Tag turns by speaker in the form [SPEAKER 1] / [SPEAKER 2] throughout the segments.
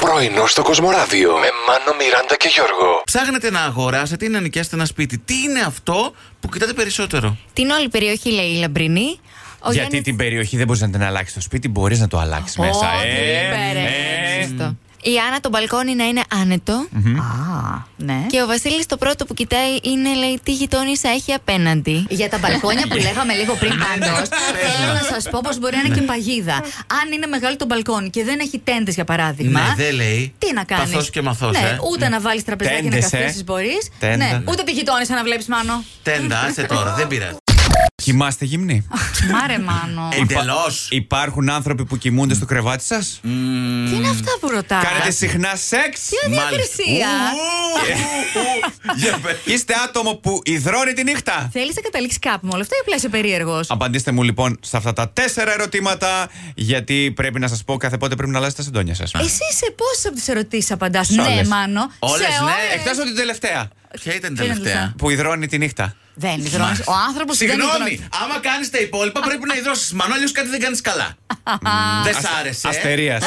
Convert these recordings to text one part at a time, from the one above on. [SPEAKER 1] Πρωινό στο Κοσμοράδιο με Μάνο, Μιράντα και Γιώργο.
[SPEAKER 2] Ψάχνετε να αγοράσετε ή να νοικιάσετε ένα σπίτι. Τι είναι αυτό που κοιτάτε περισσότερο.
[SPEAKER 3] Την όλη περιοχή λέει η Λαμπρινή. Ο
[SPEAKER 4] Γιατί
[SPEAKER 3] Γιάννης-
[SPEAKER 4] την περιοχή δεν μπορείς να την αλλάξεις το σπίτι, μπορείς να το αλλάξεις
[SPEAKER 3] Ω,
[SPEAKER 4] μέσα. Ε,
[SPEAKER 3] τι είπε, ρε. ε, Σωστό. Η Άννα το μπαλκόνι να είναι άνετο.
[SPEAKER 5] Α, ναι.
[SPEAKER 3] Και ο Βασίλης το πρώτο που κοιτάει είναι, λέει, τι γειτόνισσα έχει απέναντι.
[SPEAKER 5] Για τα μπαλκόνια που λέγαμε λίγο πριν
[SPEAKER 2] Ναι.
[SPEAKER 5] πάντως, θέλω να σας πω πως μπορεί να είναι και παγίδα. Αν είναι μεγάλο το μπαλκόνι και δεν έχει τέντες για παράδειγμα.
[SPEAKER 2] Ναι, δεν λέει.
[SPEAKER 5] Τι να κάνεις.
[SPEAKER 2] Παθός και μαθός,
[SPEAKER 5] Ναι,
[SPEAKER 2] ε.
[SPEAKER 5] ούτε να βάλεις τραπεζάκι να
[SPEAKER 4] Τέντες, ε.
[SPEAKER 5] καθίσεις μπορείς.
[SPEAKER 4] Τέντα.
[SPEAKER 5] Ναι, ούτε τη γειτόνισσα να βλέπεις μάνο.
[SPEAKER 2] Τέντα, άσε τώρα, δεν πειράζει.
[SPEAKER 4] Κοιμάστε γυμνή.
[SPEAKER 5] Μάρε μάνο.
[SPEAKER 2] Ε. Εντελώ.
[SPEAKER 4] Υπάρχουν άνθρωποι που κοιμούνται στο κρεβάτι σας.
[SPEAKER 5] Τι είναι αυτά που ρωτάς.
[SPEAKER 4] Κάνετε συχνά σεξ.
[SPEAKER 5] Διάκρισία.
[SPEAKER 4] Είστε άτομο που υδρώνει τη νύχτα.
[SPEAKER 5] Θέλεις να καταλήξεις κάπου με όλα αυτά ή απλά είσαι περίεργος.
[SPEAKER 4] Απαντήστε μου λοιπόν σε αυτά τα τέσσερα ερωτήματα, γιατί πρέπει να σας πω κάθε πότε πρέπει να αλλάζετε τα συντόνια σας.
[SPEAKER 5] Εσύ σε πόσες από τις ερωτήσεις απαντάς, Ναι,
[SPEAKER 4] όλες.
[SPEAKER 5] μάνο. Σε
[SPEAKER 2] Όλες, ναι.
[SPEAKER 5] όλες.
[SPEAKER 4] Εκτός από την τελευταία.
[SPEAKER 2] Ποια ήταν η
[SPEAKER 5] Ποια ήταν
[SPEAKER 2] τελευταία.
[SPEAKER 5] τελευταία?
[SPEAKER 4] Που υδρώνει τη νύχτα.
[SPEAKER 5] Δεν υδρώνεις. Ο άνθρωπος δεν
[SPEAKER 2] Συγγνώμη,
[SPEAKER 5] υδρώνει.
[SPEAKER 2] άμα κάνεις τα υπόλοιπα πρέπει να υδρώσεις. Μανώ, αλλιώ κάτι δεν κάνεις καλά. Δεν σ' άρεσε. ε.
[SPEAKER 4] Αστερία.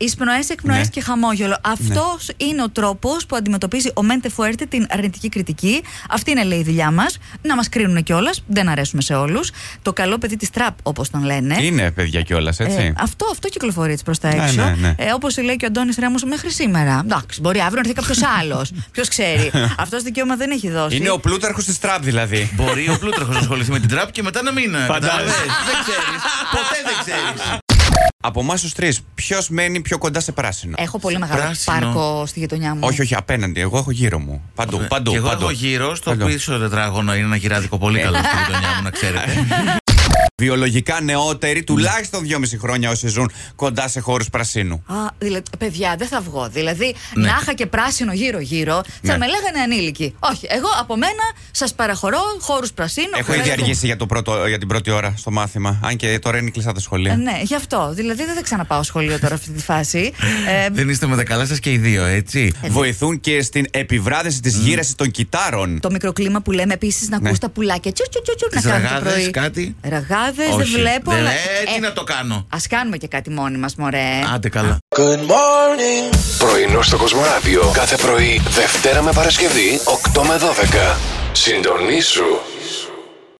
[SPEAKER 5] Εισπνοέ, εκπνοέ
[SPEAKER 4] Ναι.
[SPEAKER 5] και χαμόγελο. Αυτός είναι ο τρόπος που αντιμετωπίζει ο Μέντε Φουέρτε την αρνητική κριτική. Αυτή είναι, λέει, η δουλειά μας. Να μας κρίνουν κιόλας. Δεν αρέσουμε σε όλους. Το καλό παιδί της τραπ, όπως τον λένε.
[SPEAKER 4] Είναι παιδιά κιόλας, έτσι.
[SPEAKER 5] Ε, αυτό, αυτό κυκλοφορεί έτσι προς τα
[SPEAKER 4] Ναι,
[SPEAKER 5] έξω.
[SPEAKER 4] ναι, ναι.
[SPEAKER 5] Ε, Όπως λέει και ο Αντώνης Ρέμος μέχρι σήμερα. Εντάξει, μπορεί αύριο να έρθει κάποιος άλλος. Ποιος ξέρει. Αυτός δικαίωμα δεν έχει δώσει.
[SPEAKER 4] Είναι ο πλούταρχος της τραπ δηλαδή.
[SPEAKER 2] Μπορεί ο Πλούταρχος να ασχοληθεί με την τραπ και μετά να μην. ε,
[SPEAKER 4] Φαντάζεσαι.
[SPEAKER 2] κατάλαβες. Δεν ξέρεις. Ποτέ δεν ξέρεις.
[SPEAKER 4] Από εμάς τους τρεις, ποιος μένει πιο κοντά σε πράσινο.
[SPEAKER 5] Έχω πολύ μεγάλο
[SPEAKER 2] πράσινο.
[SPEAKER 5] πάρκο στη γειτονιά μου.
[SPEAKER 4] Όχι, όχι, απέναντι. Εγώ έχω γύρω μου. Παντού,
[SPEAKER 2] Ε,
[SPEAKER 4] παντού.
[SPEAKER 2] Ναι. Και εγώ
[SPEAKER 4] παντού.
[SPEAKER 2] έχω γύρω στο
[SPEAKER 4] Παντού.
[SPEAKER 2] πίσω τετράγωνο. Είναι ένα γυράδικο
[SPEAKER 5] Ναι.
[SPEAKER 2] πολύ καλό στη γειτονιά μου, να ξέρετε.
[SPEAKER 4] Βιολογικά
[SPEAKER 2] Ναι.
[SPEAKER 4] νεότεροι, τουλάχιστον 2,5 χρόνια όσοι ζουν κοντά σε χώρους πρασίνου.
[SPEAKER 5] Α, δηλα... Παιδιά, δεν θα βγω. Δηλαδή,
[SPEAKER 2] Ναι.
[SPEAKER 5] να είχα και πράσινο γύρω-γύρω, θα
[SPEAKER 4] Ναι.
[SPEAKER 5] με λέγανε ανήλικη. Όχι, εγώ από μένα σας παραχωρώ χώρους πρασίνου.
[SPEAKER 4] Έχω ήδη
[SPEAKER 5] ευχαριστούμε.
[SPEAKER 4] αργήσει για, το πρώτο, για την πρώτη ώρα στο μάθημα. Αν και τώρα είναι κλειστά τα σχολεία.
[SPEAKER 5] Ε, Ναι, γι' αυτό. Δηλαδή, δεν θα ξαναπάω σχολείο τώρα αυτή τη φάση. Ε,
[SPEAKER 2] Δεν είστε με τα καλά σας και οι δύο, έτσι.
[SPEAKER 4] Βοηθούν και στην επιβράδυνση της γύραση των κυτάρων.
[SPEAKER 5] το μικροκλίμα που λέμε επίσης να ακούς τα πουλάκια. Τσουρ, τσουρ, τσουρ, τσουρ,
[SPEAKER 2] Ναι. Τις
[SPEAKER 5] να κάνουν το
[SPEAKER 2] ραγάδες,
[SPEAKER 5] πρωί.
[SPEAKER 2] κάτι?
[SPEAKER 5] Ραγάδες, δεν
[SPEAKER 2] Όχι.
[SPEAKER 5] βλέπω.
[SPEAKER 2] Δεν-
[SPEAKER 5] αλλά-
[SPEAKER 2] Ε,
[SPEAKER 5] Ε,
[SPEAKER 2] τι να το κάνω.
[SPEAKER 5] Ας κάνουμε και κάτι μόνοι μας, μωρέ.
[SPEAKER 2] Άντε καλά.
[SPEAKER 1] Πρωινό στο Κοσμοράδιο κάθε πρωί, Δευτέρα με Παρασκευή, 8 με 12. Συντονίσου